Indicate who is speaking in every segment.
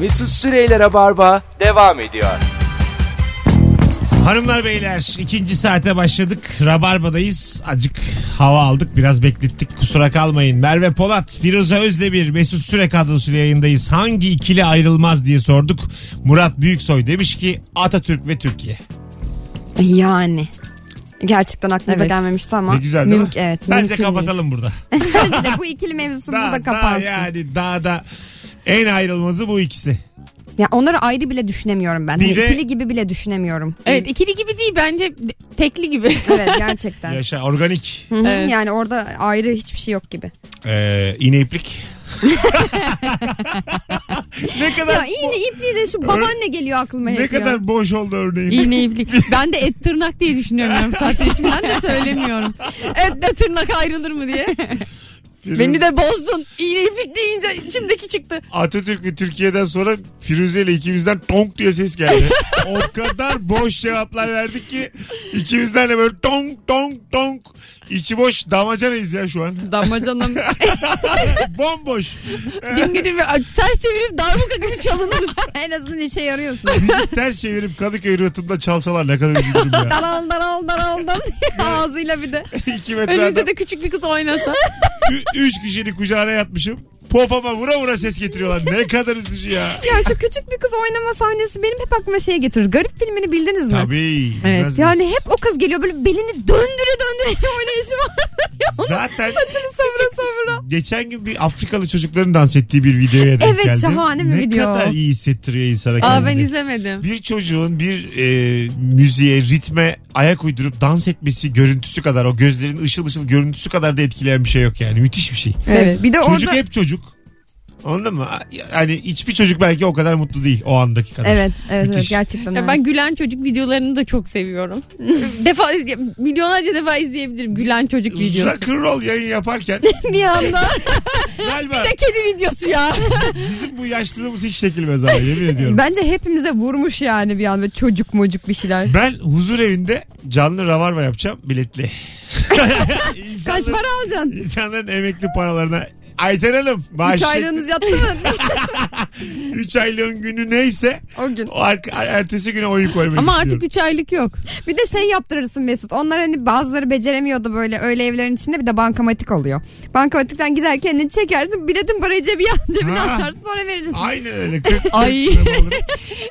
Speaker 1: Mesut Süreyler'e barba devam ediyor.
Speaker 2: Hanımlar beyler ikinci saate başladık. Rabarba'dayız. Acık hava aldık biraz beklettik kusura kalmayın. Merve Polat, Firuze Özdemir, Mesut Süre kadrosuyla yayındayız. Hangi ikili ayrılmaz diye sorduk. Murat Büyüksoy demiş ki Atatürk ve Türkiye.
Speaker 3: Yani. Gerçekten aklınıza
Speaker 4: Evet.
Speaker 3: gelmemişti ama.
Speaker 2: ne güzel değil
Speaker 3: mümk-
Speaker 2: mi?
Speaker 3: Evet
Speaker 2: Bence
Speaker 3: mümkün değil.
Speaker 2: kapatalım burada.
Speaker 3: Bence de bu ikili mevzusu burada kapansın.
Speaker 2: Daha yani daha da en ayrılmazı bu ikisi.
Speaker 3: Ya onları ayrı bile düşünemiyorum ben.
Speaker 2: Bir
Speaker 3: Hani
Speaker 2: de-
Speaker 3: ikili gibi bile düşünemiyorum.
Speaker 4: Evet ikili gibi değil bence de- tekli gibi.
Speaker 3: Evet gerçekten.
Speaker 2: Yaşa organik.
Speaker 3: Hı hı,
Speaker 4: Evet.
Speaker 3: Yani orada ayrı hiçbir şey yok gibi.
Speaker 2: Ee, iğne iplik. ne kadar
Speaker 3: Ya iğne ipliği de şu babaanne geliyor aklıma hep
Speaker 2: ne
Speaker 3: ya.
Speaker 2: kadar boş oldu örneğin.
Speaker 4: İğne iplik. Ben de et tırnak diye düşünüyorum yarım saattir içimden de söylemiyorum. Etle tırnak ayrılır mı diye.
Speaker 2: Firuze-
Speaker 4: Beni de bozdun. İğne iplik deyince içimdeki çıktı.
Speaker 2: Atatürk ve Türkiye'den sonra Firuze ile ikimizden tonk diye ses geldi. o kadar boş cevaplar verdik ki ikimizden de böyle tonk tonk tonk içi boş damacanayız ya şu an.
Speaker 4: Damacanım.
Speaker 2: Bomboş.
Speaker 4: Dim gidip ters çevirip darbuka gibi çalınırız.
Speaker 3: en azından işe yarıyorsun.
Speaker 2: Müzik ters çevirip Kadıköy rıhtımda çalsalar ne kadar üzülürüm ya.
Speaker 3: daral daral daral daral diye ağzıyla bir de.
Speaker 2: İki metre
Speaker 4: Önümüzde
Speaker 2: adam.
Speaker 4: de küçük bir kız oynasa.
Speaker 2: Ü- üç kişilik kucağına yatmışım. Popoma vura vura ses getiriyorlar. Ne kadar üzücü ya.
Speaker 3: Ya şu küçük bir kız oynama sahnesi benim hep aklıma şey getirir. Garip filmini bildiniz mi?
Speaker 2: Tabii.
Speaker 3: Evet
Speaker 2: bilmez
Speaker 3: yani
Speaker 2: miyiz?
Speaker 3: hep o kız geliyor böyle belini döndüre döndüre oynayışı vardır ya. Onun
Speaker 2: Zaten
Speaker 3: saçını savura savura.
Speaker 2: geçen gün bir Afrikalı çocukların dans ettiği bir videoya denk
Speaker 3: Evet,
Speaker 2: geldim.
Speaker 3: şahane bir
Speaker 2: ne
Speaker 3: video.
Speaker 2: Ne kadar iyi hissettiriyor insana kendini.
Speaker 4: Aa ben izlemedim.
Speaker 2: bir çocuğun bir e, müziğe, ritme ayak uydurup dans etmesi görüntüsü kadar o gözlerin ışıl ışıl görüntüsü kadar da etkileyen bir şey yok yani. Müthiş bir şey.
Speaker 3: Evet. Bir de
Speaker 2: Çocuk
Speaker 3: orada
Speaker 2: hep çocuk. Anladın mı? Hani hiçbir çocuk belki o kadar mutlu değil o andaki kadar.
Speaker 3: Evet, evet, evet
Speaker 2: Müthiş.
Speaker 3: gerçekten.
Speaker 4: Ya
Speaker 3: öyle.
Speaker 4: ben gülen çocuk videolarını da çok seviyorum. defa milyonlarca defa izleyebilirim gülen çocuk videosu.
Speaker 2: Rock'n'roll yayın yaparken
Speaker 3: bir anda
Speaker 2: galiba
Speaker 4: Bir de kedi videosu ya.
Speaker 2: bizim bu yaşlılığımız hiç çekilmez abi yemin ediyorum.
Speaker 3: bence hepimize vurmuş yani bir anda çocuk mocuk bir şeyler.
Speaker 2: Ben huzur evinde canlı ravarma yapacağım biletli.
Speaker 3: Kaç
Speaker 2: İnsanların-
Speaker 3: para alacaksın?
Speaker 2: İnsanların emekli paralarına Ayten Hanım
Speaker 3: Üç
Speaker 2: bağışlayın.
Speaker 3: aylığınız yattı mı
Speaker 2: 3 aylığın günü neyse
Speaker 3: o gün?
Speaker 2: O arka- ertesi güne oyun koymayı
Speaker 4: Ama artık
Speaker 2: istiyorum.
Speaker 4: 3 aylık yok.
Speaker 3: Bir de şey yaptırırsın Mesut. Onlar hani bazıları beceremiyordu böyle öyle evlerin içinde bir de bankamatik oluyor. Bankamatikten giderken elini çekersin biletin parayı cebi cebine
Speaker 2: Ha.
Speaker 3: atarsın sonra verirsin.
Speaker 2: Aynen öyle. 40
Speaker 4: Ay.
Speaker 2: olur.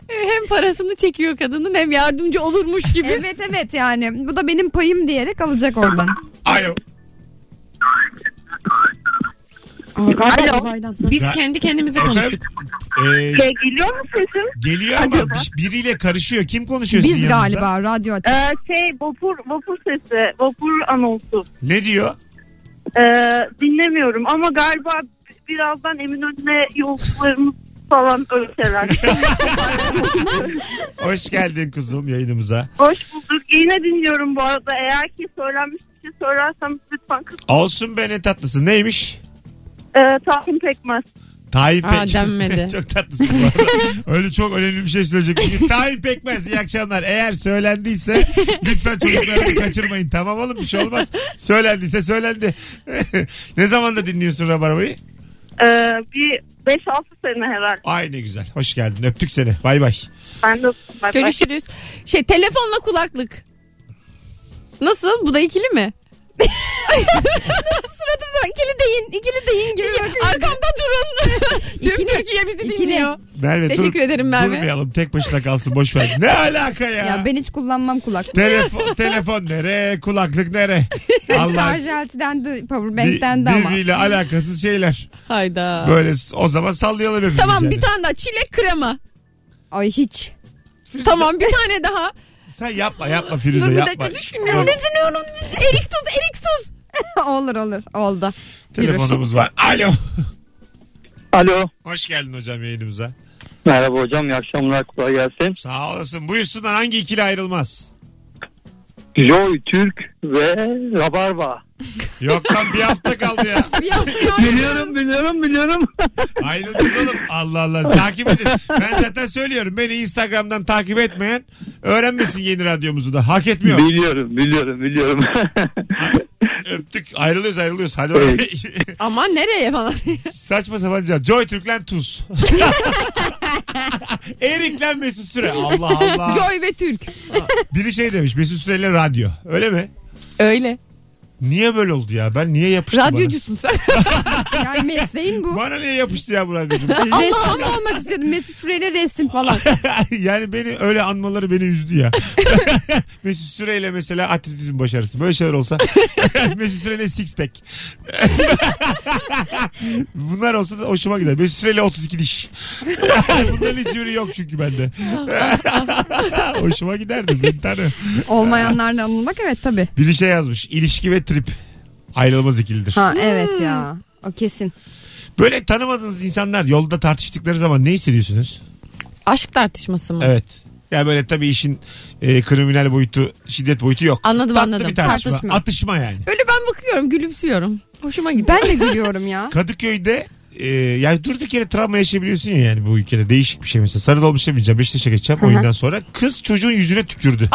Speaker 4: Hem parasını çekiyor kadının hem yardımcı olurmuş gibi.
Speaker 3: Evet evet yani bu da benim payım diyerek alacak oradan.
Speaker 2: Alo.
Speaker 3: Aa, galiba
Speaker 5: Alo.
Speaker 3: uzaydan.
Speaker 4: Biz
Speaker 2: Ben-
Speaker 4: kendi kendimize
Speaker 2: Efendim,
Speaker 4: konuştuk.
Speaker 2: e,
Speaker 5: Şey, geliyor mu sesim?
Speaker 2: geliyor ama
Speaker 5: Acaba?
Speaker 2: bir- biriyle karışıyor. Kim konuşuyor sizin
Speaker 3: Biz
Speaker 2: yanınızda?
Speaker 3: galiba radyo aç.
Speaker 5: Ee, şey vapur, vapur sesi, vapur anonsu.
Speaker 2: Ne diyor?
Speaker 5: Ee, dinlemiyorum ama galiba birazdan Eminönü'ne yolcularımız falan öyle şeyler.
Speaker 2: Hoş geldin kuzum yayınımıza.
Speaker 5: Hoş bulduk. Yine dinliyorum bu arada. Eğer ki söylenmiş bir şey söylersem lütfen kız.
Speaker 2: Olsun be ne tatlısın. Neymiş?
Speaker 5: Ee, Tahmin Pekmez.
Speaker 2: Tayyip
Speaker 4: Aa,
Speaker 2: Pekmez.
Speaker 4: denmedi.
Speaker 2: çok tatlısın bu arada. Öyle çok önemli bir şey söyleyecek. Tayyip Pekmez iyi akşamlar. Eğer söylendiyse lütfen çocuklarını kaçırmayın. Tamam oğlum bir şey olmaz. Söylendiyse söylendi. ne zamanda dinliyorsun Rabarba'yı?
Speaker 5: Ee, bir 5-6 sene herhalde.
Speaker 2: Ay ne güzel. Hoş geldin. Öptük seni. Bay bay.
Speaker 5: Ben de Bay bay.
Speaker 4: Görüşürüz. Şey telefonla kulaklık. Nasıl? Bu da ikili mi?
Speaker 3: Suratım sana ikili deyin ikili deyin gibi bakıyor.
Speaker 4: Arkamda durun. Tüm
Speaker 3: İkili.
Speaker 4: Türkiye bizi
Speaker 3: İkili.
Speaker 4: dinliyor.
Speaker 2: Merve
Speaker 4: Teşekkür ederim Merve.
Speaker 2: Durmayalım tek başına kalsın boş ver. Ne alaka ya?
Speaker 3: Ya ben hiç kullanmam kulak.
Speaker 2: Telefon, telefon nere? Kulaklık nere? Allah
Speaker 3: Şarj aletinden de
Speaker 2: bir-
Speaker 3: powerbank'ten de ama.
Speaker 2: birbiriyle alakasız şeyler.
Speaker 4: Hayda.
Speaker 2: Böyle s- o zaman sallayalım hepimiz.
Speaker 4: Tamam
Speaker 2: yani.
Speaker 4: bir tane daha çilek krema.
Speaker 3: Ay hiç.
Speaker 4: Tamam bir tane daha.
Speaker 2: Sen yapma yapma
Speaker 4: Dur
Speaker 2: Firuze
Speaker 4: bir
Speaker 2: yapma.
Speaker 4: dakika düşünüyorum.
Speaker 2: Bak,
Speaker 4: Düşünüyorum. Erik tuz, erik tuz.
Speaker 3: olur olur oldu.
Speaker 2: Telefonumuz var. Alo.
Speaker 6: Alo.
Speaker 2: Hoş geldin hocam yayınımıza.
Speaker 6: Merhaba hocam. İyi akşamlar. Kolay gelsin.
Speaker 2: Sağ olasın. Buyursunlar hangi ikili ayrılmaz?
Speaker 6: Joy Türk ve Rabarba.
Speaker 2: Yok lan bir hafta kaldı ya.
Speaker 3: Bir hafta yok.
Speaker 6: Biliyorum biliyorum biliyorum.
Speaker 2: Ayrıldınız oğlum. Allah Allah. Takip edin. Ben zaten söylüyorum. Beni Instagram'dan takip etmeyen öğrenmesin yeni radyomuzu da. Hak etmiyor.
Speaker 6: biliyorum biliyorum biliyorum.
Speaker 2: Öptük. Ayrılıyoruz ayrılıyoruz. Hadi oraya.
Speaker 4: Aman nereye falan.
Speaker 2: Saçma sapan cevap. Joy Türklen Tuz. Erik'le Mesut Süre. Allah Allah.
Speaker 4: Joy ve Türk.
Speaker 2: Biri şey demiş Mesut Süre'yle radyo. Öyle mi?
Speaker 4: Öyle.
Speaker 2: Niye böyle oldu ya? Ben niye yapıştı
Speaker 4: Radyocusun sen.
Speaker 3: Yani mesleğin bu.
Speaker 2: bana? Bana niye yapıştı ya bu radyocum?
Speaker 3: Ressam olmak istiyordum. Mesut Süreyle resim falan.
Speaker 2: yani beni öyle anmaları beni üzdü ya. Mesut Süreyle mesela atletizm başarısı. Böyle şeyler olsa. Mesut Süreyle six pack. Bunlar olsa da hoşuma gider. Mesut Süreyle 32 diş. Bunların hiçbiri yok çünkü bende. hoşuma giderdi. Bir tane.
Speaker 3: Olmayanlarla anılmak evet tabii.
Speaker 2: Biri şey yazmış. İlişki ve trip. Ayrılmaz ikilidir.
Speaker 3: Ha evet ya. Hmm. O kesin.
Speaker 2: Böyle tanımadığınız insanlar yolda tartıştıkları zaman ne hissediyorsunuz?
Speaker 4: Aşk tartışması mı?
Speaker 2: Evet. Ya böyle tabii işin e, kriminal boyutu, şiddet boyutu yok.
Speaker 4: Anladım
Speaker 2: Tatlı
Speaker 4: anladım.
Speaker 2: bir tartışma.
Speaker 3: Tartışma.
Speaker 2: Atışma yani.
Speaker 4: Öyle ben bakıyorum gülümsüyorum. Hoşuma gidiyor.
Speaker 3: Ben de gülüyorum ya.
Speaker 2: Kadıköy'de e, yani durduk yere travma yaşayabiliyorsun ya yani bu ülkede değişik bir şey mesela. Sarı dolmuşa bineceğim Beşiktaş'a geçeceğim oyundan sonra kız çocuğun yüzüne tükürdü.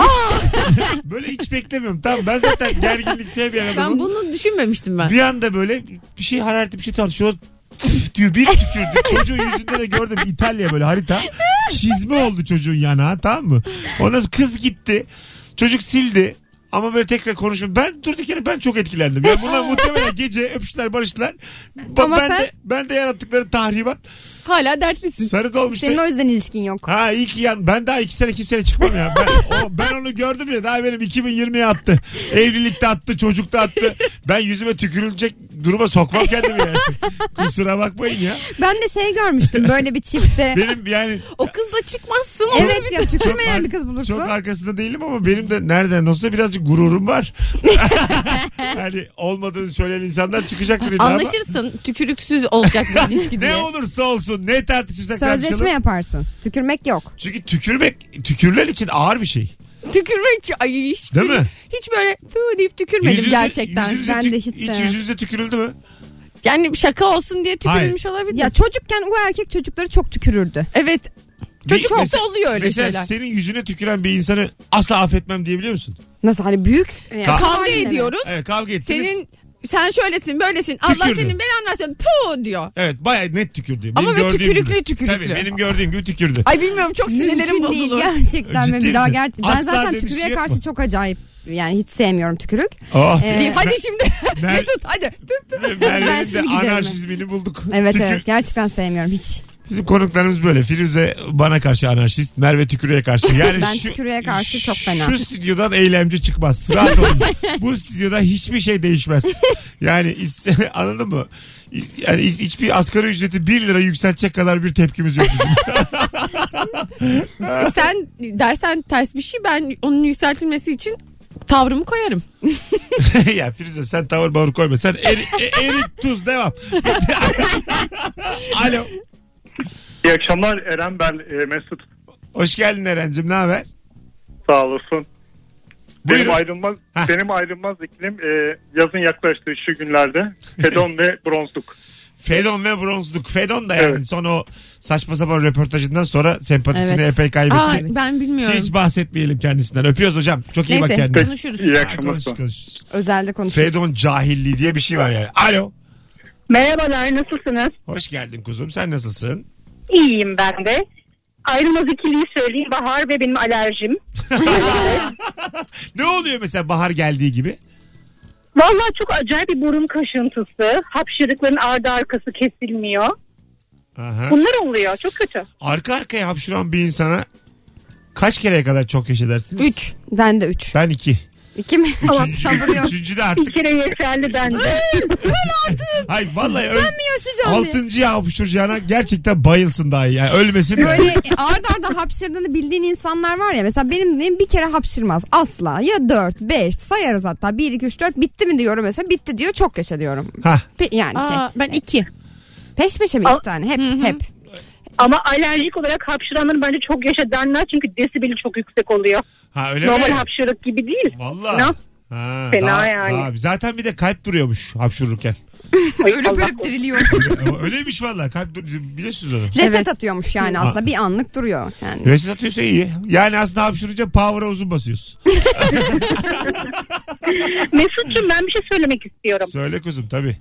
Speaker 2: böyle hiç beklemiyorum. Tamam ben zaten gerginlik sevmeyen
Speaker 4: Ben,
Speaker 2: adamım.
Speaker 4: bunu düşünmemiştim ben.
Speaker 2: Bir anda böyle bir şey hararetli bir şey tartışıyorlar. Püf diyor bir tükürdü. Çocuğun yüzünde de gördüm İtalya böyle harita. Çizme oldu çocuğun yanağı tamam mı? Ondan sonra kız gitti. Çocuk sildi. Ama böyle tekrar konuşma. Ben durduk yere ben çok etkilendim. Yani bunlar muhtemelen gece öpüştüler barıştılar. Ba-
Speaker 3: Ama
Speaker 2: ben,
Speaker 3: sen-
Speaker 2: de, ben de yarattıkları tahribat.
Speaker 4: Hala dertlisin.
Speaker 2: Sarı dolmuş.
Speaker 3: Senin o yüzden ilişkin yok.
Speaker 2: Ha iyi ki yan. Ben daha iki sene kimseyle çıkmam ya. Ben, o- ben onu gördüm ya. Daha benim 2020'ye attı. Evlilikte attı. Çocukta attı. Ben yüzüme tükürülecek duruma sokmam kendimi yani. Kusura bakmayın ya.
Speaker 3: Ben de şey görmüştüm böyle bir çifte.
Speaker 2: Benim yani
Speaker 4: O kızla çıkmazsın.
Speaker 3: evet ya tükürmeyen
Speaker 2: ar-
Speaker 3: bir kız
Speaker 2: çok
Speaker 3: bulursun.
Speaker 2: arkasında değilim ama benim de nereden olsa birazcık gururum var. yani olmadığını söyleyen insanlar çıkacaktır. illa ama
Speaker 4: Anlaşırsın tükürüksüz olacak bir ilişki diye.
Speaker 2: Ne olursa olsun ne tartışırsak
Speaker 3: Sözleşme
Speaker 2: tartışalım.
Speaker 3: yaparsın. Tükürmek yok.
Speaker 2: Çünkü tükürmek, tükürler için ağır bir şey.
Speaker 4: Tükürmek ay hiç
Speaker 2: Değil mi?
Speaker 4: Hiç böyle "Pü" deyip tükürmedim
Speaker 2: Yüzünüze-
Speaker 4: gerçekten.
Speaker 2: yüzünüze
Speaker 3: Ben
Speaker 2: tük-
Speaker 3: de hiç
Speaker 2: Hiç
Speaker 3: sevmem.
Speaker 2: yüzünüze tükürüldü mü?
Speaker 4: Yani şaka olsun diye tükürülmüş olabilir.
Speaker 3: Ya çocukken bu erkek çocukları çok tükürürdü.
Speaker 4: evet.
Speaker 2: Bir-
Speaker 4: Çocuklukta
Speaker 2: mesela-
Speaker 4: oluyor öyle
Speaker 2: Mesela
Speaker 4: şeyler.
Speaker 2: senin yüzüne tüküren bir insanı asla affetmem diyebiliyor musun?
Speaker 3: Nasıl hani büyük? Yani
Speaker 2: Ka-
Speaker 4: Kavga
Speaker 3: Aynen.
Speaker 4: ediyoruz.
Speaker 2: Evet kavga ettiniz.
Speaker 4: Senin sen şöylesin böylesin. Allah
Speaker 2: Tükürdü.
Speaker 4: senin belanı versin. Puh diyor.
Speaker 2: Evet bayağı net tükürdü. Benim
Speaker 4: Ama ve
Speaker 2: gördüğüm
Speaker 4: tükürüklü
Speaker 2: gibi.
Speaker 4: tükürüklü.
Speaker 2: Tabii benim gördüğüm gibi tükürdü.
Speaker 4: Ay bilmiyorum çok sinirlerim
Speaker 3: Mümkün değil
Speaker 4: bozulur.
Speaker 3: gerçekten.
Speaker 2: Ciddi
Speaker 3: Ben, bir daha
Speaker 2: misin?
Speaker 3: ger- ben
Speaker 2: Asla
Speaker 3: zaten
Speaker 2: diye bir şey
Speaker 3: tükürüğe
Speaker 2: yok
Speaker 3: karşı
Speaker 2: mu?
Speaker 3: çok acayip yani hiç sevmiyorum tükürük.
Speaker 2: Ah.
Speaker 3: Ee,
Speaker 4: Diyeyim, hadi şimdi
Speaker 2: Ben-
Speaker 4: Mesut hadi. Pü pü.
Speaker 3: ben
Speaker 2: Merve'nin
Speaker 3: şimdi
Speaker 2: de
Speaker 3: giderim ben.
Speaker 2: anarşizmini bulduk.
Speaker 3: Evet
Speaker 2: Tükür-
Speaker 3: evet gerçekten sevmiyorum hiç.
Speaker 2: Bizim konuklarımız böyle. Firuze bana karşı anarşist, Merve tükürüğe karşı. Yani
Speaker 3: Ben
Speaker 2: şu,
Speaker 3: tükürüğe karşı çok fena.
Speaker 2: Şu stüdyodan eylemci çıkmaz. Rahat olun. Bu stüdyoda hiçbir şey değişmez. Yani iste- anladın mı? Yani hiç- hiçbir asgari ücreti 1 lira yükseltecek kadar bir tepkimiz yok. bizim.
Speaker 4: Sen dersen ters bir şey ben onun yükseltilmesi için tavrımı koyarım.
Speaker 2: ya Firuze sen tavır bağır koyma. Sen eri, e- erik tuz devam. Alo.
Speaker 6: İyi akşamlar Eren ben e, Mesut.
Speaker 2: Hoş geldin Eren'cim ne haber?
Speaker 6: Sağ olasın.
Speaker 2: Buyurun.
Speaker 6: Benim ayrılmaz,
Speaker 2: Heh.
Speaker 6: benim ayrılmaz iklim e, yazın yaklaştığı şu günlerde Fedon ve bronzluk.
Speaker 2: Fedon ve bronzluk. Fedon da yani
Speaker 6: Evet.
Speaker 2: son o saçma sapan röportajından sonra sempatisini
Speaker 3: Evet.
Speaker 2: epey
Speaker 4: Aa,
Speaker 2: kaybetti.
Speaker 4: ben bilmiyorum.
Speaker 2: Hiç bahsetmeyelim kendisinden. Öpüyoruz hocam. Çok iyi bak
Speaker 4: Neyse
Speaker 2: kendine.
Speaker 4: konuşuruz.
Speaker 6: İyi
Speaker 2: Ha,
Speaker 6: akşamlar.
Speaker 2: konuş, konuş.
Speaker 3: Özelde konuşuyoruz.
Speaker 2: Fedon cahilliği diye bir şey var yani. Alo.
Speaker 5: Merhabalar nasılsınız?
Speaker 2: Hoş geldin kuzum. Sen nasılsın?
Speaker 5: İyiyim ben de. Ayrılmaz ikiliyi söyleyeyim. Bahar ve benim alerjim.
Speaker 2: Ne oluyor mesela bahar geldiği gibi?
Speaker 5: Vallahi çok acayip bir burun kaşıntısı. Hapşırıkların ardı arkası kesilmiyor.
Speaker 2: Aha.
Speaker 5: Bunlar oluyor. Çok kötü.
Speaker 2: Arka arkaya hapşuran bir insana kaç kereye kadar çok yaş edersiniz?
Speaker 4: Üç.
Speaker 3: Ben de 3.
Speaker 2: Ben iki.
Speaker 3: İki mi? Tamam
Speaker 2: Üçüncü,
Speaker 3: sabır yok.
Speaker 2: üçüncü de
Speaker 5: Bir
Speaker 2: artık.
Speaker 5: kere yeterli bence.
Speaker 2: Ay vallahi öl...
Speaker 3: yaşayacağım diye.
Speaker 2: Altıncıya hapşuracağına gerçekten bayılsın daha iyi. Yani ölmesin de.
Speaker 3: Böyle arda arda hapşırdığını bildiğin insanlar var ya. Mesela benim neyim bir kere hapşırmaz. Asla. Ya 4, 5 sayarız hatta. 1, 2, 3, 4 bitti mi diyorum mesela. Bitti diyor çok yaşa diyorum.
Speaker 2: Hah.
Speaker 3: Pe- yani şey.
Speaker 4: Aa, ben iki.
Speaker 3: Peş peşe mi
Speaker 5: Al-
Speaker 3: iki tane? Hep hep.
Speaker 5: Ama alerjik olarak hapşıranların bence çok yaşa denler çünkü desibeli çok yüksek oluyor.
Speaker 2: Ha öyle
Speaker 5: Normal
Speaker 2: mi?
Speaker 5: hapşırık gibi değil.
Speaker 2: Valla.
Speaker 5: Ne yap-
Speaker 2: Ha,
Speaker 5: Fena
Speaker 2: daha-
Speaker 5: yani.
Speaker 2: daha- zaten bir de kalp duruyormuş hapşururken.
Speaker 5: Ay,
Speaker 3: ölüp
Speaker 5: Allah
Speaker 3: ölüp
Speaker 5: korusun.
Speaker 3: diriliyor.
Speaker 2: Ama Öyleymiş valla. Kalp dur- biliyorsunuz onu.
Speaker 3: Reset
Speaker 4: Evet.
Speaker 3: atıyormuş yani aslında bir anlık duruyor. Yani.
Speaker 2: Reset atıyorsa iyi. Yani aslında hapşırınca power'a uzun basıyorsun.
Speaker 5: Mesut'cum ben bir şey söylemek istiyorum.
Speaker 2: Söyle kuzum tabii.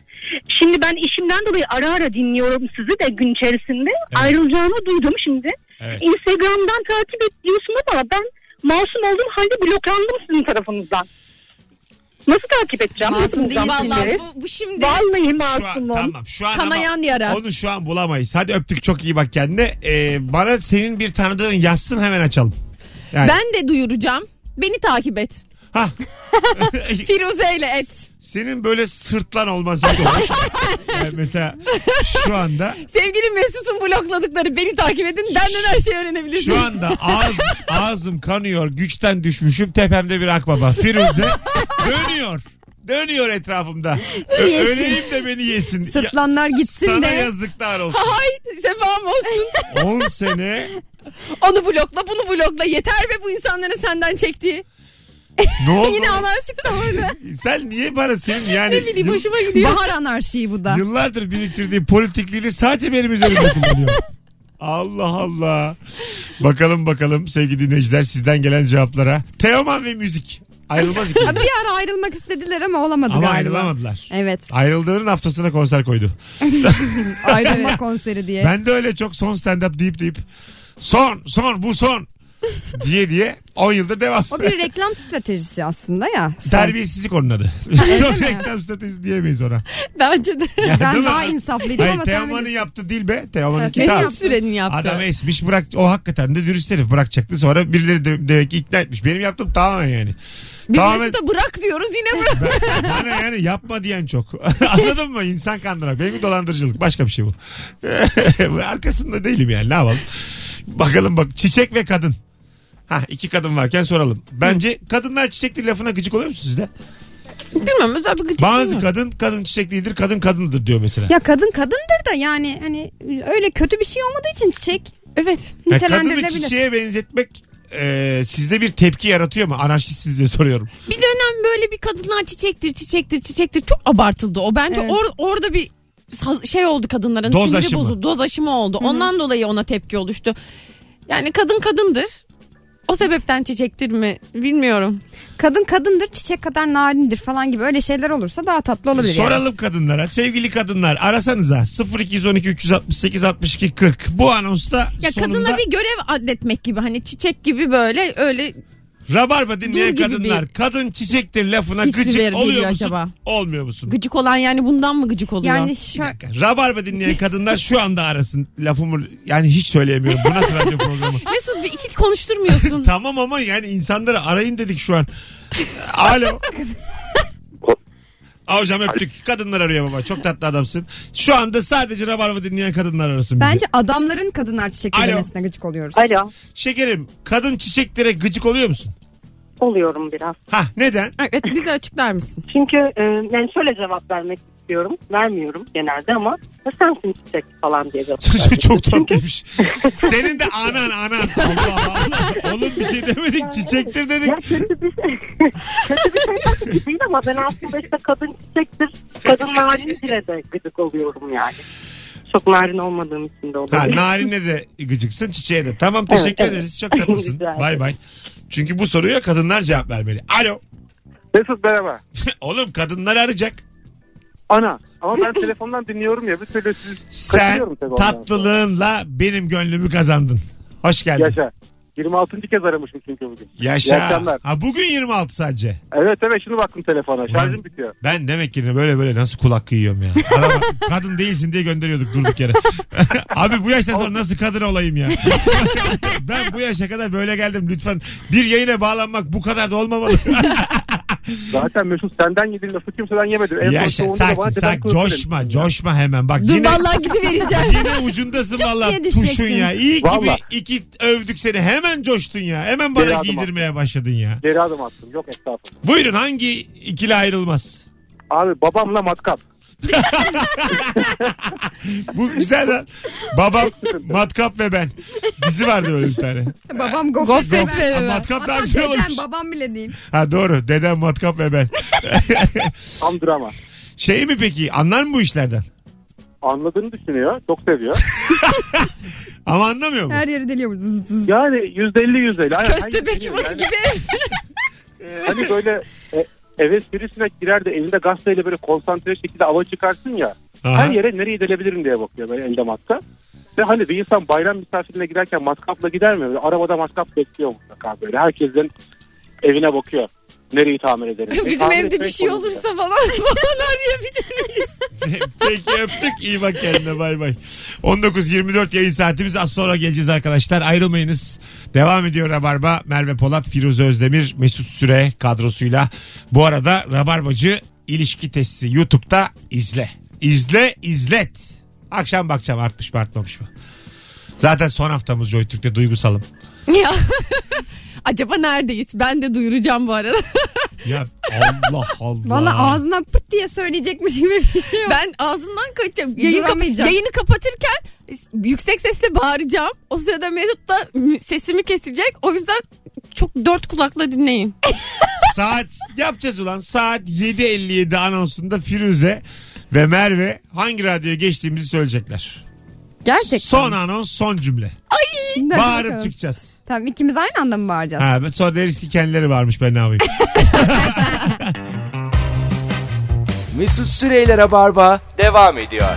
Speaker 5: Şimdi ben işimden dolayı ara ara dinliyorum sizi de gün içerisinde. Ayrılacağımı duydum şimdi.
Speaker 2: Evet.
Speaker 5: Instagram'dan takip ediyorsun ama ben masum olduğum halde bloklandım sizin tarafınızdan. Nasıl takip edeceğim?
Speaker 3: Masum
Speaker 5: Hepinizden
Speaker 3: değilsiniz.
Speaker 5: birileri.
Speaker 4: Vallahi bu, bu şimdi
Speaker 5: Vallahi
Speaker 2: Şu an,
Speaker 5: masumum.
Speaker 2: tamam şu an ama
Speaker 4: kanayan yara.
Speaker 2: onu şu an bulamayız. Hadi öptük çok iyi bak kendine. Ee, bana senin bir tanıdığın yazsın hemen açalım. Yani,
Speaker 4: Ben de duyuracağım. Beni takip et.
Speaker 2: Hah.
Speaker 4: Firuze ile et.
Speaker 2: Senin böyle sırtlan olması da hoş. Yani mesela şu anda
Speaker 4: Sevgili Mesut'un blokladıkları beni takip edin. Benden her şeyi öğrenebilirsiniz.
Speaker 2: şu anda ağz, ağzım kanıyor. Güçten düşmüşüm. Tepemde bir akbaba. Firuze dönüyor. Dönüyor etrafımda. Ö-
Speaker 3: Yesin.
Speaker 2: Öleyim de beni yesin. Ya-
Speaker 3: Sırtlanlar gitsin
Speaker 2: Sana
Speaker 3: de.
Speaker 2: yazıklar olsun.
Speaker 4: Hay sefam olsun.
Speaker 2: 10 sene
Speaker 4: Onu blokla bunu blokla yeter ve bu insanların senden çektiği.
Speaker 2: ne oldu?
Speaker 4: Yine anarşik tavırlı.
Speaker 2: Sen niye bana senin yani
Speaker 4: ne bileyim
Speaker 2: yıl-
Speaker 4: hoşuma gidiyor.
Speaker 3: Bahar anarşiyi bu da.
Speaker 2: yıllardır biriktirdiği politikliğini sadece benim üzerimde kullanıyor. Allah Allah. Bakalım bakalım sevgili dinleyiciler sizden gelen cevaplara. Teoman ve müzik. Ayrılmaz ikili.
Speaker 3: Bir ara ayrılmak istediler ama olamadı
Speaker 2: Ama
Speaker 3: galiba.
Speaker 2: ayrılamadılar.
Speaker 3: Evet.
Speaker 2: Ayrıldığının haftasına konser koydu.
Speaker 3: Ayrılma konseri diye.
Speaker 2: Ben de öyle çok son stand-up deyip deyip son son bu son diye diye 10 yıldır devam.
Speaker 3: O bir reklam stratejisi aslında ya. Son.
Speaker 2: Terbiyesizlik onun adı. Çok reklam stratejisi diyemeyiz ona.
Speaker 4: Bence de.
Speaker 2: Ya,
Speaker 3: Ben
Speaker 2: değil mi?
Speaker 3: daha insaflıydım
Speaker 2: Hayır
Speaker 3: ama sen
Speaker 2: Teoman'ın
Speaker 3: bilirsin.
Speaker 2: yaptı değil be. Teoman'ın
Speaker 3: Benim
Speaker 4: Mesut
Speaker 2: kitap.
Speaker 3: yaptım.
Speaker 4: Süren'in yaptığı.
Speaker 2: Adam esmiş bırak o hakikaten de dürüst herif bırakacaktı. Sonra birileri de, demek ki ikna etmiş. Benim yaptım tamamen yani.
Speaker 4: Biz
Speaker 2: Tamamen-
Speaker 4: Mesut'a bırak diyoruz yine bırak.
Speaker 2: Bana yani yapma diyen çok. Anladın mı? İnsan kandıran. Benim dolandırıcılık. Başka bir şey bu. Arkasında değilim yani. Ne yapalım? Bakalım bak. Çiçek ve kadın. Ha iki kadın varken soralım. Bence kadınlar çiçektir lafına gıcık oluyor musunuz sizde?
Speaker 4: Bilmem özel bir gıcık
Speaker 2: Bazı
Speaker 4: değil mi?
Speaker 2: kadın kadın çiçek değildir, kadın kadındır diyor mesela.
Speaker 3: Ya kadın kadındır da yani hani öyle kötü bir şey olmadığı için çiçek
Speaker 4: Evet.
Speaker 2: Ya kadını
Speaker 3: nitelendirilebilir.
Speaker 2: çiçeğe benzetmek e, sizde bir tepki yaratıyor mu? Anarşistsiniz diye soruyorum.
Speaker 4: Bir dönem böyle bir kadınlar çiçektir çiçektir çiçektir çok abartıldı o. Bence
Speaker 3: Evet.
Speaker 4: or- orada bir saz- şey oldu kadınların
Speaker 2: Doz
Speaker 4: siniri
Speaker 2: aşımı.
Speaker 4: bozuldu. Doz aşımı oldu. Ondan dolayı ona tepki oluştu. Yani kadın kadındır. O sebepten çiçektir mi bilmiyorum.
Speaker 3: Kadın kadındır çiçek kadar narindir falan gibi öyle şeyler olursa daha tatlı olabilir. yani.
Speaker 2: Soralım kadınlara. Sevgili kadınlar arasanıza 0212 368 62 40. Bu anonsta
Speaker 4: Ya
Speaker 2: sonunda
Speaker 4: kadına bir görev adetmek gibi hani çiçek gibi böyle öyle
Speaker 2: Rabarba dinleyen
Speaker 4: Dur gibi
Speaker 2: kadınlar kadın çiçektir lafına
Speaker 4: His mi
Speaker 2: gıcık
Speaker 4: verip
Speaker 2: oluyor
Speaker 4: geliyor
Speaker 2: musun?
Speaker 4: acaba?
Speaker 2: Olmuyor musun?
Speaker 4: gıcık olan yani bundan mı gıcık oluyor?
Speaker 3: Yani
Speaker 4: Yani
Speaker 3: şu
Speaker 2: Rabarba dinleyen kadınlar şu anda arasın. Lafımı yani hiç söyleyemiyorum. Bu nasıl radyo programı?
Speaker 4: Mesut bir- hiç konuşturmuyorsun.
Speaker 2: tamam ama yani insanları arayın dedik şu an. Alo. Aa, hocam öptük. Kadınlar arıyor baba. Çok tatlı adamsın. Şu anda sadece Rabarba dinleyen kadınlar arasın bizi.
Speaker 3: bence adamların kadınlar çiçek
Speaker 2: Alo.
Speaker 3: demesine gıcık oluyoruz.
Speaker 5: Alo.
Speaker 2: Şekerim kadın çiçeklere gıcık oluyor musun?
Speaker 5: Oluyorum biraz.
Speaker 2: Ha neden?
Speaker 4: evet bize açıklar mısın?
Speaker 5: Çünkü e, ben şöyle cevap vermek istiyorum. Vermiyorum genelde ama "Ya sensin çiçek falan diye cevap
Speaker 2: Çocuk
Speaker 5: veriyorum.
Speaker 2: çok tatlıymış. Senin de anan anan. Allah Allah. Oğlum bir şey demedik çiçektir dedik.
Speaker 5: Ya kötü bir şey. kötü bir şey tabii ki değil ama ben aslında işte kadın çiçektir. Kadın narindir de gıcık oluyorum yani. Çok narin olmadığım için de
Speaker 2: Ha,
Speaker 5: olabilir.
Speaker 2: narine de gıcıksın çiçeğe de. Tamam teşekkür
Speaker 5: Evet, evet.
Speaker 2: ederiz. Çok tatlısın.
Speaker 5: Rica ederim.
Speaker 2: bay bay. Çünkü bu soruya kadınlar cevap vermeli. Alo.
Speaker 7: Mesut merhaba.
Speaker 2: Oğlum kadınlar arayacak.
Speaker 7: Ana. Ama ben telefondan dinliyorum ya. Bir türlü siz
Speaker 2: Sen
Speaker 7: kaçırıyorum tabii ondan
Speaker 2: tatlılığınla benim gönlümü kazandın. Hoş geldin.
Speaker 7: sonra. Yaşa. 26. kez aramışım çünkü bugün.
Speaker 2: Yaşa.
Speaker 7: İyi akşamlar.
Speaker 2: Ha, bugün 26 sadece.
Speaker 7: Evet evet şimdi baktım telefona. Şarjım bitiyor.
Speaker 2: Ben demek ki böyle böyle nasıl kulak kıyıyorum ya. Adama kadın değilsin diye gönderiyorduk durduk yere. Abi bu yaştan sonra nasıl kadın olayım ya? ben bu yaşa kadar böyle geldim lütfen. Bir yayına bağlanmak bu kadar da olmamalı.
Speaker 7: Zaten Mesut senden yediğin lafı kimseden yemedim. En son
Speaker 2: yaşa
Speaker 7: çoğunda da
Speaker 2: sakin
Speaker 7: bana neden
Speaker 2: sakin
Speaker 7: kılıç
Speaker 2: coşma
Speaker 7: verin.
Speaker 2: coşma hemen. Bak
Speaker 4: Dur
Speaker 2: yine,
Speaker 4: vallahi gidivereceğim.
Speaker 2: yine ucundasın valla
Speaker 3: diye düşeceksin.
Speaker 2: tuşun ya. İyi ki
Speaker 7: Vallahi.
Speaker 2: bir iki övdük seni hemen coştun ya. Hemen bana
Speaker 7: Geri adım
Speaker 2: giydirmeye başladın ya.
Speaker 7: Geri adım attım. Yok estağfurullah.
Speaker 2: Buyurun hangi ikili ayrılmaz?
Speaker 7: Abi babamla matkap.
Speaker 2: Bu güzel lan. Babam, matkap ve ben. Dizi vardı öyle bir tane.
Speaker 3: Babam gofret.
Speaker 2: Gofret
Speaker 3: ver.
Speaker 2: ver. Ha, matkap daha güzel
Speaker 3: dedem,
Speaker 2: olmuş.
Speaker 3: babam bile değil.
Speaker 2: Ha doğru. Dedem matkap ve ben.
Speaker 7: Tam drama.
Speaker 2: Şey mi peki anlar mı bu işlerden?
Speaker 7: Anladığını düşünüyor. Çok seviyor.
Speaker 2: Ama anlamıyor mu?
Speaker 3: Her yeri deliyor. Zız zız.
Speaker 7: Yani %50 %50. Aynen,
Speaker 4: Köstebek
Speaker 7: hayır,
Speaker 4: yuvası
Speaker 7: yani
Speaker 4: gibi.
Speaker 7: Hani böyle e, eve sivrisinek girer de elinde gazeteyle böyle konsantre şekilde ava çıkarsın ya.
Speaker 2: Aha.
Speaker 7: Her yere nereye delebilirim diye bakıyor böyle elde matka. Ve hani bir insan bayram misafirine giderken matkapla gider mi? Böyle arabada matkap bekliyor mutlaka böyle. Herkesin evine bakıyor. Nereyi tamir ederim? diye.
Speaker 4: Bizim
Speaker 7: Tamir
Speaker 4: evde
Speaker 7: etmek
Speaker 4: bir şey
Speaker 7: konusunda.
Speaker 4: olursa falan bana arayabilir miyiz?
Speaker 2: Peki öptük. İyi bak kendine bay bay. 19.24 yayın saatimiz az sonra geleceğiz arkadaşlar. Ayrılmayınız. Devam ediyor Rabarba. Merve Polat, Firuze Özdemir, Mesut Süre kadrosuyla. Bu arada Rabarbacı ilişki testi YouTube'da izle. İzle, izlet. Akşam bakacağım artmış mı artmamış mı. Zaten son haftamız Joy Türk'te duygusalım.
Speaker 4: Ya. Acaba neredeyiz? Ben de duyuracağım bu arada.
Speaker 2: Ya Allah Allah.
Speaker 3: Valla ağzından pıt diye söyleyecekmiş gibi bir şey yok.
Speaker 4: Ben ağzımdan kaçacağım. Yayın
Speaker 3: Duramayacağım.
Speaker 4: yayını kapatırken yüksek sesle bağıracağım. O sırada Mesut da sesimi kesecek. O yüzden çok dört kulakla dinleyin.
Speaker 2: Saat yapacağız ulan. Saat 7.57 anonsunda Firuze ve Merve hangi radyoya geçtiğimizi söyleyecekler.
Speaker 4: Gerçekten.
Speaker 2: Son anons son cümle.
Speaker 3: Hadi
Speaker 2: Bağırıp
Speaker 3: bakalım.
Speaker 2: çıkacağız.
Speaker 3: Tamam ikimiz aynı anda mı bağıracağız?
Speaker 2: Ha, sonra deriz ki kendileri varmış ben ne yapayım.
Speaker 1: Mesut Süreyler'e barba devam ediyor.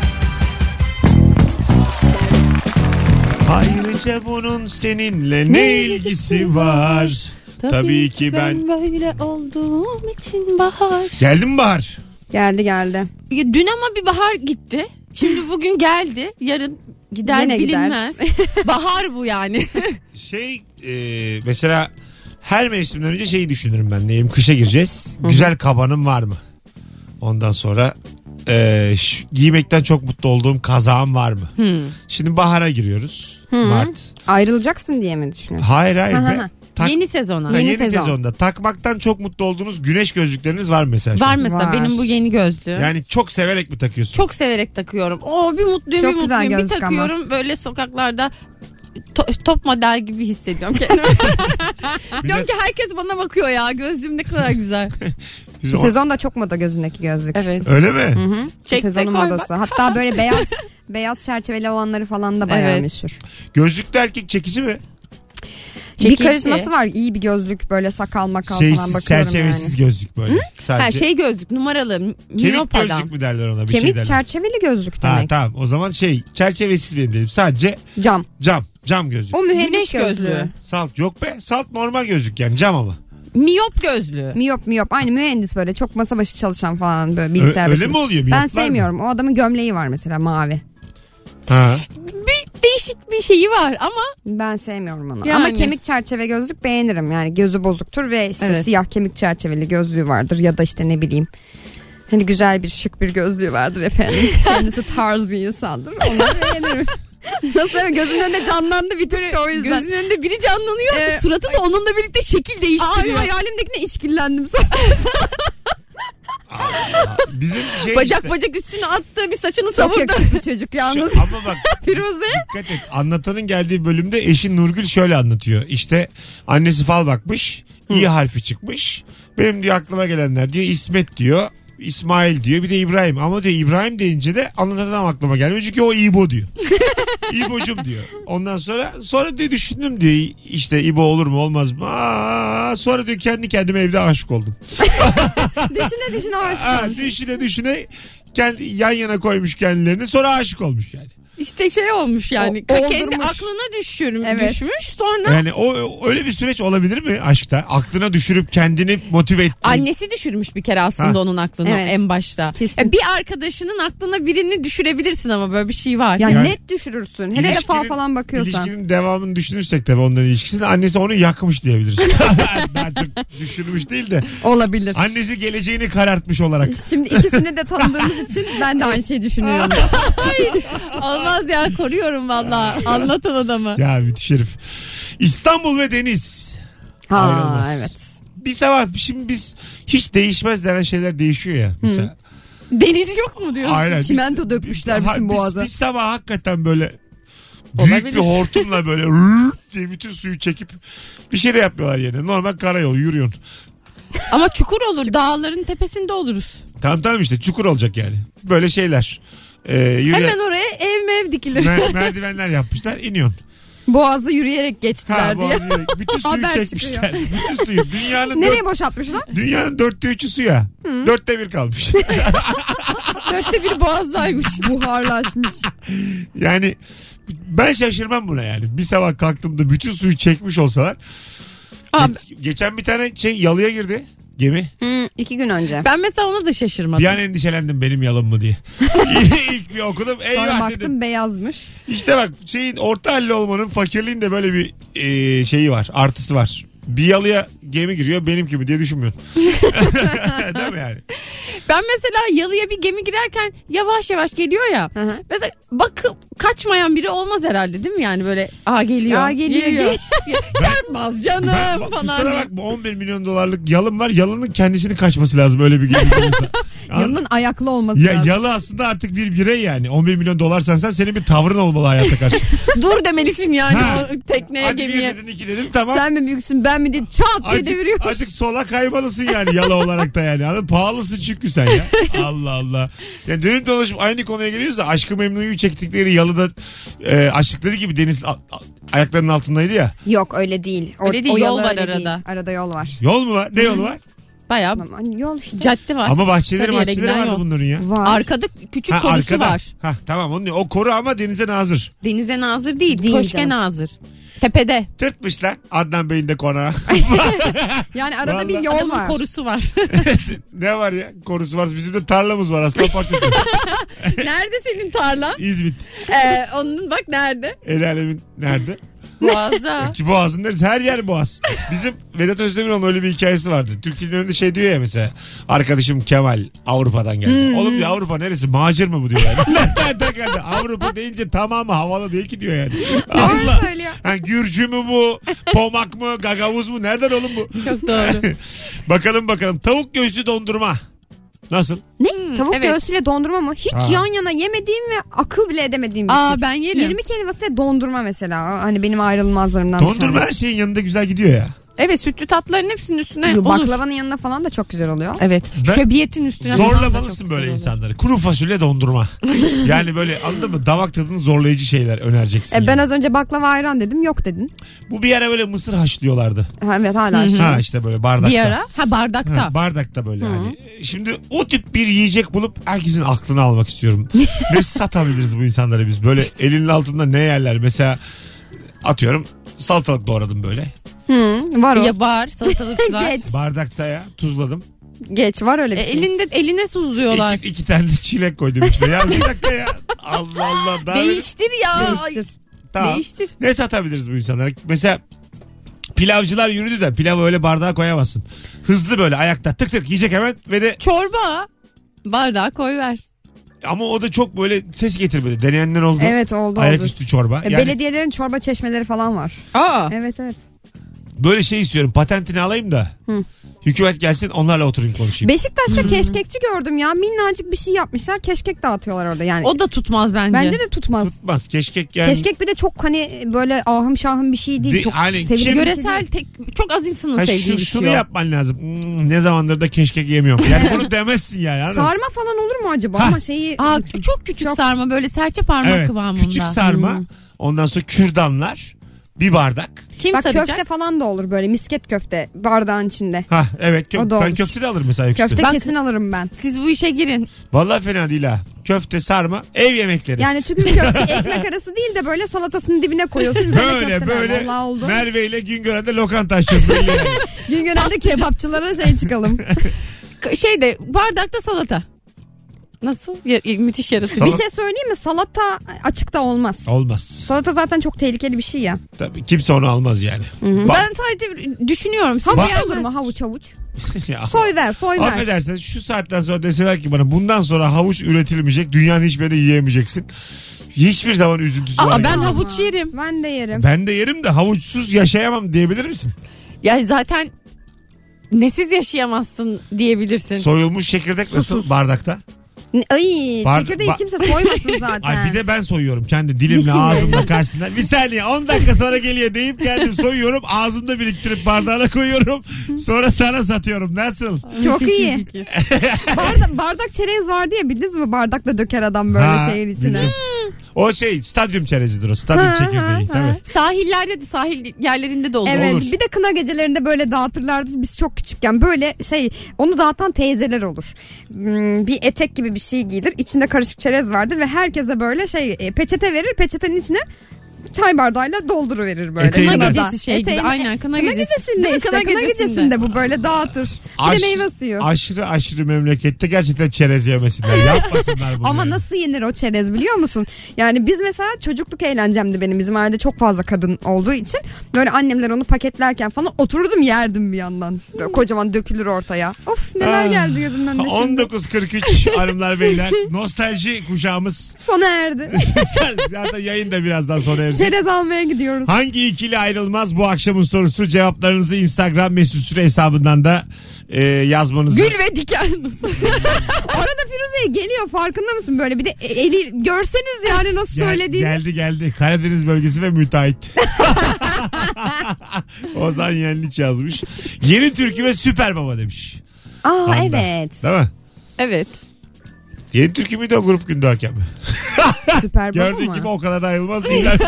Speaker 2: Ayrıca bunun seninle ne ilgisi var? Tabii ki ben.
Speaker 4: böyle olduğum için bahar.
Speaker 2: Geldi mi Bahar?
Speaker 3: Geldi geldi.
Speaker 4: Ya Dün ama bir bahar gitti. Şimdi bugün geldi. Yarın gider
Speaker 3: Yine gider.
Speaker 4: bilinmez. bahar bu yani.
Speaker 2: Şey e, mesela her mevsimden önce şeyi düşünürüm ben. Neyim kışa gireceğiz. Güzel kabanım var mı? Ondan sonra e, şu- giymekten çok mutlu olduğum kazağım var mı? Şimdi bahara giriyoruz. Mart.
Speaker 3: Ayrılacaksın diye mi düşünüyorsun?
Speaker 2: Hayır hayır.
Speaker 3: Ha, ha,
Speaker 2: be.
Speaker 3: ha.
Speaker 2: Tak-
Speaker 4: Yeni sezona.
Speaker 2: Ha, yeni,
Speaker 3: Yeni sezon.
Speaker 2: sezonda takmaktan çok mutlu olduğunuz güneş gözlükleriniz var mı mesela? şu
Speaker 4: Var
Speaker 2: an?
Speaker 4: mesela
Speaker 3: Var.
Speaker 4: benim bu yeni gözlüğüm.
Speaker 2: Yani çok severek mi takıyorsun?
Speaker 4: Çok severek takıyorum. Oo bir mutluyum
Speaker 3: Çok
Speaker 4: bir
Speaker 3: güzel
Speaker 4: mutluyum. Bir
Speaker 3: gözlük ama.
Speaker 4: takıyorum böyle sokaklarda to- top model gibi hissediyorum kendimi.
Speaker 2: Bir de-
Speaker 4: Diyorum ki herkes bana bakıyor ya gözlüğüm ne kadar güzel.
Speaker 2: Siz
Speaker 3: Bu
Speaker 2: o-
Speaker 3: Sezon da çok moda gözündeki gözlük.
Speaker 4: Evet.
Speaker 2: Öyle mi?
Speaker 4: Çek
Speaker 3: Sezonun modası. Hatta böyle beyaz beyaz çerçeveli olanları falan da bayağı
Speaker 4: Evet.
Speaker 3: meşhur.
Speaker 2: Gözlüklü erkek çekici mi?
Speaker 3: Bir karizması var. iyi bir gözlük böyle sakal makal falan
Speaker 2: Şeysiz,
Speaker 3: bakıyorum
Speaker 2: çerçevesiz
Speaker 3: yani.
Speaker 2: gözlük böyle. Sadece.
Speaker 4: Her şey gözlük numaralı
Speaker 2: Kemik
Speaker 4: minopadan.
Speaker 2: gözlük mü derler ona? Bir şey
Speaker 3: Kemik
Speaker 2: derler.
Speaker 3: çerçeveli gözlük
Speaker 2: Ha
Speaker 3: demek.
Speaker 2: tamam o zaman şey çerçevesiz benim dedim. Sadece
Speaker 3: Cam.
Speaker 2: cam. Cam gözlük.
Speaker 3: O mühendis
Speaker 4: Güneş gözlüğü.
Speaker 3: gözlüğü.
Speaker 2: Salt yok be. Salt normal gözlük yani cam ama.
Speaker 4: Miyop gözlüğü.
Speaker 3: Miyop miyop. Aynı mühendis böyle çok masa başı çalışan falan böyle bilgisayar
Speaker 2: Ö- öyle
Speaker 3: başında.
Speaker 2: mi oluyor? Miyoplar
Speaker 3: Ben
Speaker 2: mı?
Speaker 3: sevmiyorum. O adamın gömleği var mesela mavi.
Speaker 2: Ha.
Speaker 4: Bir değişik bir şeyi var ama
Speaker 3: Ben sevmiyorum onu.
Speaker 4: Yani.
Speaker 3: Ama kemik çerçeve gözlük beğenirim. Yani gözü bozuktur ve işte
Speaker 4: Evet.
Speaker 3: siyah kemik çerçeveli gözlüğü vardır ya da işte ne bileyim. Hani güzel bir şık bir gözlüğü vardır efendim. Kendisi tarz bir insandır. Onu beğenirim. Nasıl gözümün önünde canlandı bir türlü o yüzden.
Speaker 4: gözünün önünde biri canlanıyor.
Speaker 3: Ee,
Speaker 4: suratı da onunla birlikte şekil
Speaker 3: Ay
Speaker 4: değiştiriyor.
Speaker 3: hayalimdekine işkillendim.
Speaker 2: Bizim şey
Speaker 4: bacak
Speaker 2: işte.
Speaker 4: bacak üstüne attı bir saçını
Speaker 3: Çok
Speaker 4: savurdu.
Speaker 3: yakışıklı çocuk yalnız.
Speaker 2: Şu- ama bak
Speaker 3: Firuze.
Speaker 2: Dikkat et. Anlatanın geldiği bölümde eşi Nurgül şöyle anlatıyor. İşte annesi fal bakmış. iyi harfi çıkmış. Benim diyor aklıma gelenler diyor İsmet diyor. İsmail diyor bir de İbrahim ama diyor İbrahim deyince de anlatan aklıma gelmiyor çünkü o İbo diyor. İbo'cum diyor. Ondan sonra sonra diyor düşündüm diyor işte İbo olur mu olmaz mı? Aa, sonra diyor kendi kendime evde aşık oldum.
Speaker 3: Düşüne düşüne aşık
Speaker 2: Aa,
Speaker 3: olmuş.
Speaker 2: düşüne düşüne kendi, yan yana koymuş kendilerini sonra aşık olmuş yani.
Speaker 4: İşte şey olmuş yani.
Speaker 3: O-
Speaker 4: kendi
Speaker 3: oldurmuş.
Speaker 4: aklına düşürüm,
Speaker 3: Evet.
Speaker 4: düşmüş. Sonra
Speaker 2: Yani o o- öyle bir süreç olabilir mi aşkta? Aklına düşürüp kendini motive ettiğin.
Speaker 4: annesi düşürmüş bir kere aslında
Speaker 2: Ha.
Speaker 4: onun aklına
Speaker 3: Evet.
Speaker 4: en başta.
Speaker 3: Kesin.
Speaker 4: E, Bir arkadaşının aklına birini düşürebilirsin ama böyle bir şey var.
Speaker 3: Yani,
Speaker 2: Yani-
Speaker 3: net düşürürsün. Hele de fal
Speaker 2: İlişkinin-
Speaker 3: falan bakıyorsan.
Speaker 2: İlişkinin devamını düşünürsek tabii onların ilişkisini annesi onu yakmış diyebiliriz. Daha çok düşünmüş değil de
Speaker 3: Olabilir.
Speaker 2: annesi geleceğini karartmış olarak.
Speaker 3: Şimdi ikisini de tanıdığımız için ben de aynı şeyi düşünüyorum.
Speaker 4: Olmaz ya koruyorum valla. Anlatan adamı.
Speaker 2: Ya müthiş herif. İstanbul ve deniz.
Speaker 3: Ha
Speaker 2: Ayrılmaz.
Speaker 3: evet.
Speaker 2: Bir sabah şimdi biz hiç değişmez denen şeyler değişiyor ya. Mesela.
Speaker 4: Deniz yok mu diyorsun?
Speaker 2: Aynen. Biz-
Speaker 3: Çimento dökmüşler
Speaker 2: Ha,
Speaker 3: bütün
Speaker 2: biz-
Speaker 3: boğaza.
Speaker 2: Bir sabah hakikaten böyle büyük
Speaker 4: Olabilir.
Speaker 2: bir hortumla böyle rrrt diye bütün suyu çekip bir şey de yapmıyorlar yerine. Normal karayol yürüyorsun.
Speaker 4: Ama çukur olur. Dağların tepesinde oluruz.
Speaker 2: Tamam tamam işte çukur olacak yani. Böyle şeyler. Ee, yürüyen-
Speaker 4: Hemen oraya ev mev dikilir.
Speaker 2: Mer- merdivenler yapmışlar iniyorsun.
Speaker 3: Boğazı yürüyerek
Speaker 2: Ha,
Speaker 3: geçtiler
Speaker 2: bu
Speaker 3: diye.
Speaker 2: arada bütün suyu
Speaker 3: Haber
Speaker 2: çekmişler. Bütün suyu. Dünyanın, dört,
Speaker 3: Nereye boşaltmışlar?
Speaker 2: dünyanın dörtte üçü suya. Dörtte bir kalmış.
Speaker 3: Dörtte bir boğazdaymış. Buharlaşmış.
Speaker 2: Yani ben şaşırmam buna yani. Bir sabah kalktığımda bütün suyu çekmiş olsalar.
Speaker 4: Abi-
Speaker 2: Ge- Geçen bir tane şey yalıya girdi gemi.
Speaker 3: Hı, Hmm, iki gün önce.
Speaker 4: Ben mesela ona da şaşırmadım.
Speaker 2: Bir an endişelendim benim yalım mı diye. İlk bir okudum.
Speaker 3: Sonra
Speaker 2: Eyvah dedim.
Speaker 3: baktım beyazmış.
Speaker 2: İşte bak şeyin orta halli olmanın fakirliğin de böyle bir e, şeyi var. Artısı var. Bir yalıya gemi giriyor benimki mi diye düşünmüyorsun. Değil mi yani?
Speaker 4: Ben mesela yalıya bir gemi girerken yavaş yavaş geliyor ya.
Speaker 3: Hı hı.
Speaker 4: Mesela bakıp kaçmayan biri olmaz herhalde değil mi? Yani böyle aa geliyor.
Speaker 3: Aa, geliyor,
Speaker 4: Çarpmaz canım
Speaker 2: Ben, bak,
Speaker 4: falan
Speaker 2: kusura
Speaker 4: diye.
Speaker 2: bak bu 11 milyon dolarlık yalım var. Yalının kendisini kaçması lazım öyle bir gemi olursa. Anladın?
Speaker 3: Yanının ayaklı olması
Speaker 2: Ya,
Speaker 3: lazım.
Speaker 2: yalı aslında artık bir birey yani. 11 milyon dolar sensen senin bir tavrın olmalı hayata karşı.
Speaker 4: Dur demelisin yani
Speaker 2: Ha.
Speaker 4: o tekneye
Speaker 2: Hadi bir
Speaker 4: gemiye.
Speaker 2: dedin iki dedin tamam.
Speaker 3: Sen mi büyüksün ben mi diye çat diye
Speaker 2: Azıcık,
Speaker 3: deviriyormuş.
Speaker 2: azıcık sola kaymalısın yani yalı olarak da yani. Anladın? Pahalısın çünkü sen ya. Allah Allah. Ya dönüp dolaşıp aynı konuya geliyoruz da Aşkı Memnu'yu çektikleri yalıda e, açtıkları gibi deniz a- a- ayaklarının altındaydı ya.
Speaker 3: Yok öyle değil. O,
Speaker 4: Öyle değil,
Speaker 3: o
Speaker 4: yol
Speaker 3: yalı
Speaker 4: var
Speaker 3: öyle
Speaker 4: arada.
Speaker 3: değil. Arada yol var.
Speaker 2: Yol mu var? Ne yolu var?
Speaker 4: Bayağı
Speaker 3: Aman yol işte.
Speaker 4: cadde var.
Speaker 2: Ama bahçeleri
Speaker 4: Sarıyer'e
Speaker 2: bahçeleri
Speaker 4: giden
Speaker 2: vardı
Speaker 4: yol.
Speaker 2: bunların ya.
Speaker 3: var.
Speaker 4: Arkada küçük
Speaker 2: Ha,
Speaker 4: korusu
Speaker 2: arkada.
Speaker 4: var.
Speaker 2: Ha, tamam onu diyor. O koru ama denize nazır.
Speaker 4: Denize nazır değil,
Speaker 3: Değil
Speaker 4: köşke
Speaker 3: canım.
Speaker 4: nazır. Tepede.
Speaker 2: Tırtmışlar Adnan Bey'in de konağı.
Speaker 3: yani arada bir
Speaker 2: Vallahi.
Speaker 3: yol
Speaker 4: Adamın
Speaker 3: var.
Speaker 4: korusu var.
Speaker 2: ne var ya? Korusu var. Bizim de tarlamız var aslan parçası.
Speaker 4: nerede senin tarlan?
Speaker 2: İzmit.
Speaker 4: Ee, onun bak nerede?
Speaker 2: El alemin nerede?
Speaker 4: Boğaz'da.
Speaker 2: Ki boğazın neresi? Her yer boğaz. Bizim Vedat Özdemiroğlu'nun öyle bir hikayesi vardı. Türk filmlerinde şey diyor ya mesela. Arkadaşım Kemal Avrupa'dan geldi. Oğlum diyor Avrupa neresi? Macir mi bu diyor yani. Nereden geldi? Avrupa deyince tamamı havalı değil ki diyor yani. Allah.
Speaker 3: söylüyor.
Speaker 2: Ha, Gürcü mü bu? Pomak mı? Gagavuz mu? Nereden oğlum bu?
Speaker 4: Çok doğru.
Speaker 2: bakalım bakalım. Tavuk göğsü dondurma. Nasıl?
Speaker 3: Ne? Tavuk
Speaker 4: evet.
Speaker 3: göğsüyle dondurma mı? Hiç
Speaker 2: Ha.
Speaker 3: yan yana yemediğim ve akıl bile edemediğim bir
Speaker 4: Aa
Speaker 3: şey.
Speaker 4: ben yerim.
Speaker 3: 20 kelimesiyle dondurma mesela. Hani benim ayrılmazlarımdan bir
Speaker 2: Dondurma her
Speaker 3: tanesi.
Speaker 2: şeyin yanında güzel gidiyor ya.
Speaker 4: Evet sütlü tatların hepsinin üstüne
Speaker 3: Yo,
Speaker 4: olur.
Speaker 3: Baklavanın yanında falan da çok güzel oluyor.
Speaker 4: Evet.
Speaker 2: Ben-
Speaker 4: Şöbiyetin üstüne.
Speaker 2: Zorlamalısın böyle insanları. Kuru fasulye dondurma. yani böyle anladın mı? Damak tadını zorlayıcı şeyler önereceksin.
Speaker 3: E ben
Speaker 2: yani.
Speaker 3: az önce baklava ayran dedim yok dedin.
Speaker 2: Bu bir ara böyle mısır haşlıyorlardı.
Speaker 3: Ha, Evet hala işte.
Speaker 2: Ha işte böyle bardakta.
Speaker 4: Bir ara. Ha bardakta.
Speaker 2: Ha, bardakta böyle hani. Şimdi o tip bir yiyecek bulup herkesin aklını almak istiyorum. ne satabiliriz bu insanlara biz? Böyle elinin altında ne yerler? Mesela atıyorum salatalık doğradım böyle.
Speaker 3: Hı, var o.
Speaker 4: Ya var salatalıklar.
Speaker 3: Geç.
Speaker 2: Bardakta ya tuzladım.
Speaker 3: Geç var öyle
Speaker 4: E,
Speaker 3: bir şey.
Speaker 4: elinde eline tuzluyorlar.
Speaker 2: İki, iki tane çilek koydum içine. Ya bir dakika ya. Allah Allah. Daha benim-
Speaker 4: Değiştir ya.
Speaker 3: Değiştir.
Speaker 4: Ay,
Speaker 2: Tamam.
Speaker 4: Değiştir.
Speaker 2: Ne satabiliriz bu insanlara? Mesela pilavcılar yürüdü de pilavı öyle bardağa koyamazsın. Hızlı böyle ayakta tık tık yiyecek hemen ve de
Speaker 4: Çorba. Bardağa koy ver.
Speaker 2: ama o da çok böyle ses getirmedi. Deneyenler oldu.
Speaker 3: Evet oldu oldu.
Speaker 2: Ayaküstü çorba.
Speaker 3: E,
Speaker 2: yani
Speaker 3: Belediyelerin çorba çeşmeleri falan var.
Speaker 4: Aa.
Speaker 3: Evet evet.
Speaker 2: böyle şey istiyorum. Patentini alayım da.
Speaker 3: Hı.
Speaker 2: Hükümet gelsin onlarla oturayım konuşayım.
Speaker 3: Beşiktaş'ta keşkekçi gördüm ya. Minnacık bir şey yapmışlar. Keşkek dağıtıyorlar orada yani.
Speaker 4: O da tutmaz bence.
Speaker 3: Bence de tutmaz.
Speaker 2: Tutmaz. Keşkek yani.
Speaker 3: Keşkek bir de çok hani böyle ahım şahım bir şey değil.
Speaker 2: Di-
Speaker 3: çok
Speaker 2: hani
Speaker 3: sevilen
Speaker 2: kim-
Speaker 3: bir şey
Speaker 4: Yöresel
Speaker 3: değil.
Speaker 4: tek çok az insanın
Speaker 2: Ha,
Speaker 4: sevdiği
Speaker 2: şu,
Speaker 4: bir
Speaker 2: şunu
Speaker 4: şey o.
Speaker 2: yapman lazım. Hmm, ne zamandır da keşkek yemiyorum. Yani bunu demezsin yani. anladın mı?
Speaker 3: Sarma falan olur mu acaba?
Speaker 2: Ha.
Speaker 3: Ama şeyi
Speaker 4: Aa, kü- çok küçük şey
Speaker 3: Çok-
Speaker 4: sarma böyle serçe parmak
Speaker 2: Evet,
Speaker 4: kıvamında.
Speaker 2: küçük sarma.
Speaker 3: Hmm.
Speaker 2: Ondan sonra kürdanlar. Bir bardak.
Speaker 4: Kim
Speaker 3: Bak
Speaker 4: saracak?
Speaker 3: köfte falan da olur böyle misket köfte bardağın içinde.
Speaker 2: Ha evet
Speaker 3: O
Speaker 2: köfte.
Speaker 3: da
Speaker 2: Ben
Speaker 3: olur.
Speaker 2: köfte de alırım mesela ayaküstü.
Speaker 3: Köfte
Speaker 4: Bak-
Speaker 3: kesin alırım ben.
Speaker 4: Siz bu işe girin.
Speaker 2: Vallahi fena değil ha. Köfte, sarma, ev yemekleri.
Speaker 3: Yani tükür köfte ekmek arası değil de böyle salatasının dibine koyuyorsun. Üzerine
Speaker 2: böyle
Speaker 3: köfteler.
Speaker 2: böyle
Speaker 3: Vallahi oldu.
Speaker 2: Merve ile Güngören'de lokanta açacağız. Böyle yani.
Speaker 3: Gün genelde kebapçılara şey çıkalım.
Speaker 4: K- şeyde bardakta salata. Nasıl? Ya- ya- müthiş yaratıcı.
Speaker 2: Tamam.
Speaker 3: Bir şey söyleyeyim mi? Salata açıkta olmaz.
Speaker 2: Olmaz.
Speaker 3: Salata zaten çok tehlikeli bir şey ya.
Speaker 2: Tabii kimse onu almaz yani.
Speaker 4: Ben sadece bir- düşünüyorum. Siz
Speaker 3: Havuç
Speaker 4: yemez-
Speaker 3: olur mu havuç havuç?
Speaker 2: Ya,
Speaker 3: Soy ver soy ver.
Speaker 2: Affedersiniz şu saatten sonra deseler ki bana bundan sonra havuç üretilmeyecek. Dünyanın hiçbir yerinde yiyemeyeceksin. Hiçbir zaman üzüntüsü var.
Speaker 4: Aa, ben
Speaker 2: yani.
Speaker 4: havuç yerim.
Speaker 3: Ben de yerim.
Speaker 2: Ben de yerim de havuçsuz yaşayamam diyebilir misin?
Speaker 4: Ya zaten nesiz yaşayamazsın diyebilirsin.
Speaker 2: Soyulmuş çekirdek nasıl bardakta?
Speaker 3: Ne- Ay
Speaker 2: Pardon,
Speaker 3: çekirdeği
Speaker 2: ba-
Speaker 3: kimse soymasın zaten.
Speaker 2: Ay bir de ben soyuyorum kendi dilimle
Speaker 3: Dişinle.
Speaker 2: ağzımla karşısında. Bir saniye 10 dakika sonra geliyor deyip kendim soyuyorum. Ağzımda biriktirip bardağına koyuyorum. Sonra sana satıyorum. Nasıl?
Speaker 3: Çok iyi. Barda- bardak çerez vardı ya bildiniz mi? Bardakla döker adam böyle
Speaker 2: Ha,
Speaker 3: şeyin içine.
Speaker 2: bildim. O şey stadyum çerezidir o. Stadyum
Speaker 3: Ha,
Speaker 2: çekirdeği.
Speaker 3: ha,
Speaker 2: Tabii.
Speaker 3: ha.
Speaker 4: Sahillerde de sahil yerlerinde de olur.
Speaker 3: Evet
Speaker 2: Olur.
Speaker 3: bir de kına gecelerinde böyle dağıtırlardı biz çok küçükken böyle şey onu dağıtan teyzeler olur. Hmm, Bir etek gibi bir şey giyilir içinde karışık çerez vardır ve herkese böyle şey e, peçete verir peçetenin içine çay bardağıyla dolduruverir böyle.
Speaker 2: Eteğini
Speaker 4: Kına
Speaker 2: de.
Speaker 4: gecesi şey gibi.
Speaker 3: Eteğini-
Speaker 4: Aynen kına,
Speaker 3: Kına
Speaker 4: gecesi. Değil
Speaker 3: gecesinde
Speaker 4: mi?
Speaker 3: işte
Speaker 4: Kına
Speaker 3: kına,
Speaker 4: gecesinde.
Speaker 3: gecesinde. bu böyle dağıtır. Bir
Speaker 2: Aş-
Speaker 3: de meyve suyu.
Speaker 2: Aşırı aşırı memlekette gerçekten çerez yemesinler. Yapmasınlar bunu.
Speaker 3: Ama
Speaker 2: yani.
Speaker 3: nasıl yenir o çerez biliyor musun? Yani biz mesela çocukluk eğlencemdi benim. Bizim ailede çok fazla kadın olduğu için. Böyle annemler onu paketlerken falan otururdum yerdim bir yandan. Böyle kocaman dökülür ortaya. Of neler
Speaker 2: Ah,
Speaker 3: geldi gözümün önüne şimdi.
Speaker 2: 19.43 hanımlar beyler. Nostalji kuşağımız.
Speaker 3: Sona erdi.
Speaker 2: Zaten yayın da birazdan sonra erecek.
Speaker 3: çerez almaya gidiyoruz.
Speaker 2: Hangi ikili ayrılmaz bu akşamın sorusu? Cevaplarınızı Instagram mesut süre hesabından da e, yazmanızı.
Speaker 4: Gül ve diken.
Speaker 3: Arada Firuze geliyor farkında mısın böyle? Bir de e, eli görseniz yani nasıl
Speaker 2: Gel-
Speaker 3: söylediğini.
Speaker 2: Geldi geldi. Karadeniz bölgesi ve müteahhit. Ozan Yenliç yazmış. Yeni türküme süper baba demiş.
Speaker 3: Aa
Speaker 2: Handan.
Speaker 3: evet.
Speaker 2: Değil mi?
Speaker 4: evet.
Speaker 2: Yeni türkü müydü o grup gündörken mi?
Speaker 3: Süper baba
Speaker 2: Gördüğün
Speaker 3: mı?
Speaker 2: gibi o kadar da ayrılmaz değiller.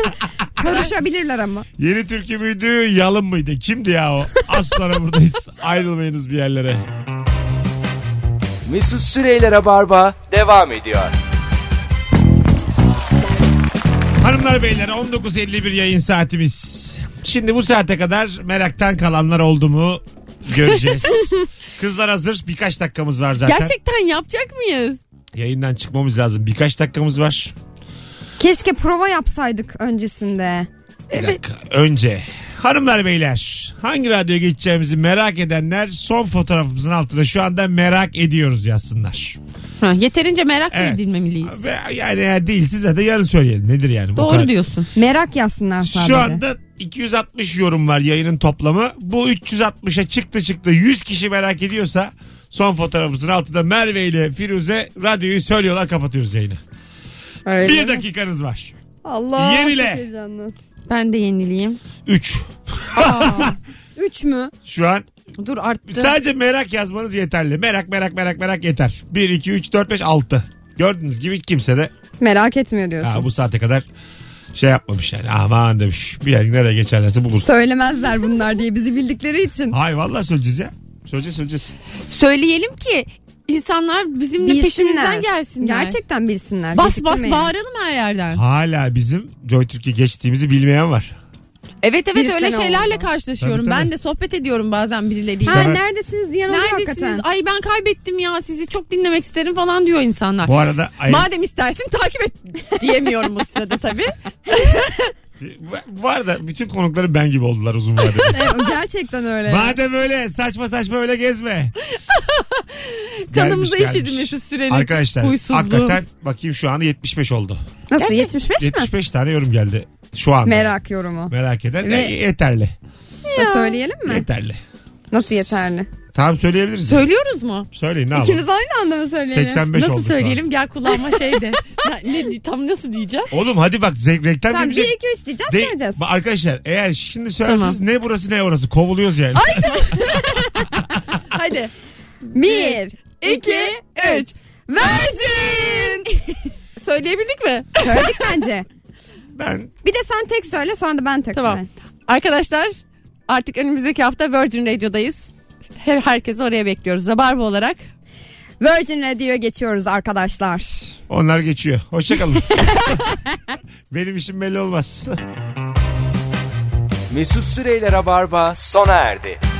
Speaker 3: Karışabilirler ama.
Speaker 2: Yeni türkü müydü yalın mıydı? Kimdi ya o? Az sonra buradayız. Ayrılmayınız bir yerlere.
Speaker 1: Mesut Süreyler'e barba devam ediyor.
Speaker 2: Hanımlar beyler 19.51 yayın saatimiz. Şimdi bu saate kadar meraktan kalanlar oldu mu göreceğiz. Kızlar hazır birkaç dakikamız var zaten.
Speaker 4: Gerçekten yapacak mıyız?
Speaker 2: Yayından çıkmamız lazım. Birkaç dakikamız var.
Speaker 3: Keşke prova yapsaydık öncesinde.
Speaker 2: Bir dakika. Önce hanımlar beyler hangi radyoya geçeceğimizi merak edenler son fotoğrafımızın altında şu anda merak ediyoruz yazsınlar.
Speaker 4: Ha, yeterince merak mı
Speaker 2: Evet.
Speaker 4: edilmemeliyiz.
Speaker 2: Ve yani eğer değil size de yarın söyleyelim. Nedir yani? bu kadar-
Speaker 4: Doğru diyorsun.
Speaker 3: Merak yazsınlar sadece.
Speaker 2: Şu anda 260 yorum var yayının toplamı. Bu 360'a çıktı çıktı 100 kişi merak ediyorsa son fotoğrafımızın altında Merve ile Firuze radyoyu söylüyorlar kapatıyoruz yayını.
Speaker 3: Öyle
Speaker 2: Bir
Speaker 3: mi?
Speaker 2: dakikanız var.
Speaker 3: Allah
Speaker 2: Yenile.
Speaker 3: çok heyecanlı.
Speaker 4: Ben de yenileyim.
Speaker 2: 3.
Speaker 3: Üç mü?
Speaker 2: Şu an
Speaker 4: Dur arttı.
Speaker 2: sadece merak yazmanız yeterli. Merak merak merak merak yeter. 1, 2, 3, 4, 5, 6. Gördüğünüz gibi kimse de
Speaker 3: Merak etmiyor diyorsun.
Speaker 2: ha, bu saate kadar şey yapmamış yani. Aman demiş. Bir yer nereye geçerlerse bulur.
Speaker 3: Söylemezler bunlar diye bizi bildikleri için.
Speaker 2: Hay vallahi söyleyeceğiz ya. Söyleyeceğiz söyleyeceğiz.
Speaker 4: Söyleyelim ki insanlar bizimle
Speaker 3: Bilsinler.
Speaker 4: peşimizden gelsinler.
Speaker 3: Gerçekten bilsinler.
Speaker 4: Bas bas
Speaker 3: Geciktirmeyin.
Speaker 4: bağıralım her yerden.
Speaker 2: Hala bizim Joy Türkiye geçtiğimizi bilmeyen var.
Speaker 4: Evet evet
Speaker 3: Bir
Speaker 4: öyle
Speaker 3: sene
Speaker 4: şeylerle
Speaker 3: oldu.
Speaker 4: karşılaşıyorum.
Speaker 2: Tabii, tabii.
Speaker 4: Ben de sohbet ediyorum bazen birileriyle.
Speaker 3: Ha,
Speaker 2: Sever-
Speaker 3: neredesiniz diyen oluyor
Speaker 4: Neredesiniz?
Speaker 3: hakikaten.
Speaker 4: Ay ben kaybettim ya sizi çok dinlemek isterim falan diyor insanlar.
Speaker 2: Bu arada ay-
Speaker 4: Madem istersin takip et diyemiyorum o sırada tabii.
Speaker 2: bu arada bütün konuklarım ben gibi oldular uzun vadede.
Speaker 3: Evet, Gerçekten öyle.
Speaker 2: Madem öyle saçma saçma öyle gezme.
Speaker 4: Kanımıza
Speaker 2: Gelmiş,
Speaker 4: işedi
Speaker 2: gelmiş.
Speaker 4: Mesut Süren'in
Speaker 2: Arkadaşlar
Speaker 4: huysuzluğu.
Speaker 2: hakikaten bakayım şu an 75 oldu.
Speaker 3: Nasıl
Speaker 4: Gerçek-
Speaker 3: 75 mi?
Speaker 2: 75 tane yorum geldi şu anda.
Speaker 3: Merak yorumu.
Speaker 2: Merak eden
Speaker 3: Ve-
Speaker 2: E, yeterli.
Speaker 3: Da söyleyelim mi?
Speaker 2: Yeterli.
Speaker 3: Nasıl yeterli?
Speaker 2: Tamam söyleyebiliriz.
Speaker 4: Söylüyoruz mu?
Speaker 2: Söyleyin ne yapalım.
Speaker 3: İkimiz aynı anda mı söyleyelim?
Speaker 2: 85
Speaker 4: Nasıl
Speaker 2: oldu şu an.
Speaker 4: söyleyelim? Gel kulağıma şey de. ne, ne- tam nasıl diyeceğim?
Speaker 2: Oğlum hadi bak zevk reklam
Speaker 3: Tamam 1 2
Speaker 2: demeyecek.
Speaker 3: 3 diyeceğiz
Speaker 2: şey. De-
Speaker 3: söyleyeceğiz.
Speaker 2: Ba- arkadaşlar eğer şimdi söylerseniz ne burası ne orası kovuluyoruz yani.
Speaker 4: Hadi.
Speaker 3: 1
Speaker 4: İki, üç.
Speaker 3: Versin.
Speaker 4: Söyleyebildik mi?
Speaker 3: Söyledik bence.
Speaker 2: Ben
Speaker 3: Bir de sen tek söyle sonra da ben tek
Speaker 4: Tamam.
Speaker 3: söyle.
Speaker 4: Arkadaşlar artık önümüzdeki hafta Virgin Radio'dayız. Her, herkesi oraya bekliyoruz. Rabarba olarak.
Speaker 3: Virgin Radio'ya geçiyoruz arkadaşlar.
Speaker 2: onlar geçiyor. Hoşçakalın. Benim işim belli olmaz.
Speaker 1: Mesut Süreyler'e barba sona erdi.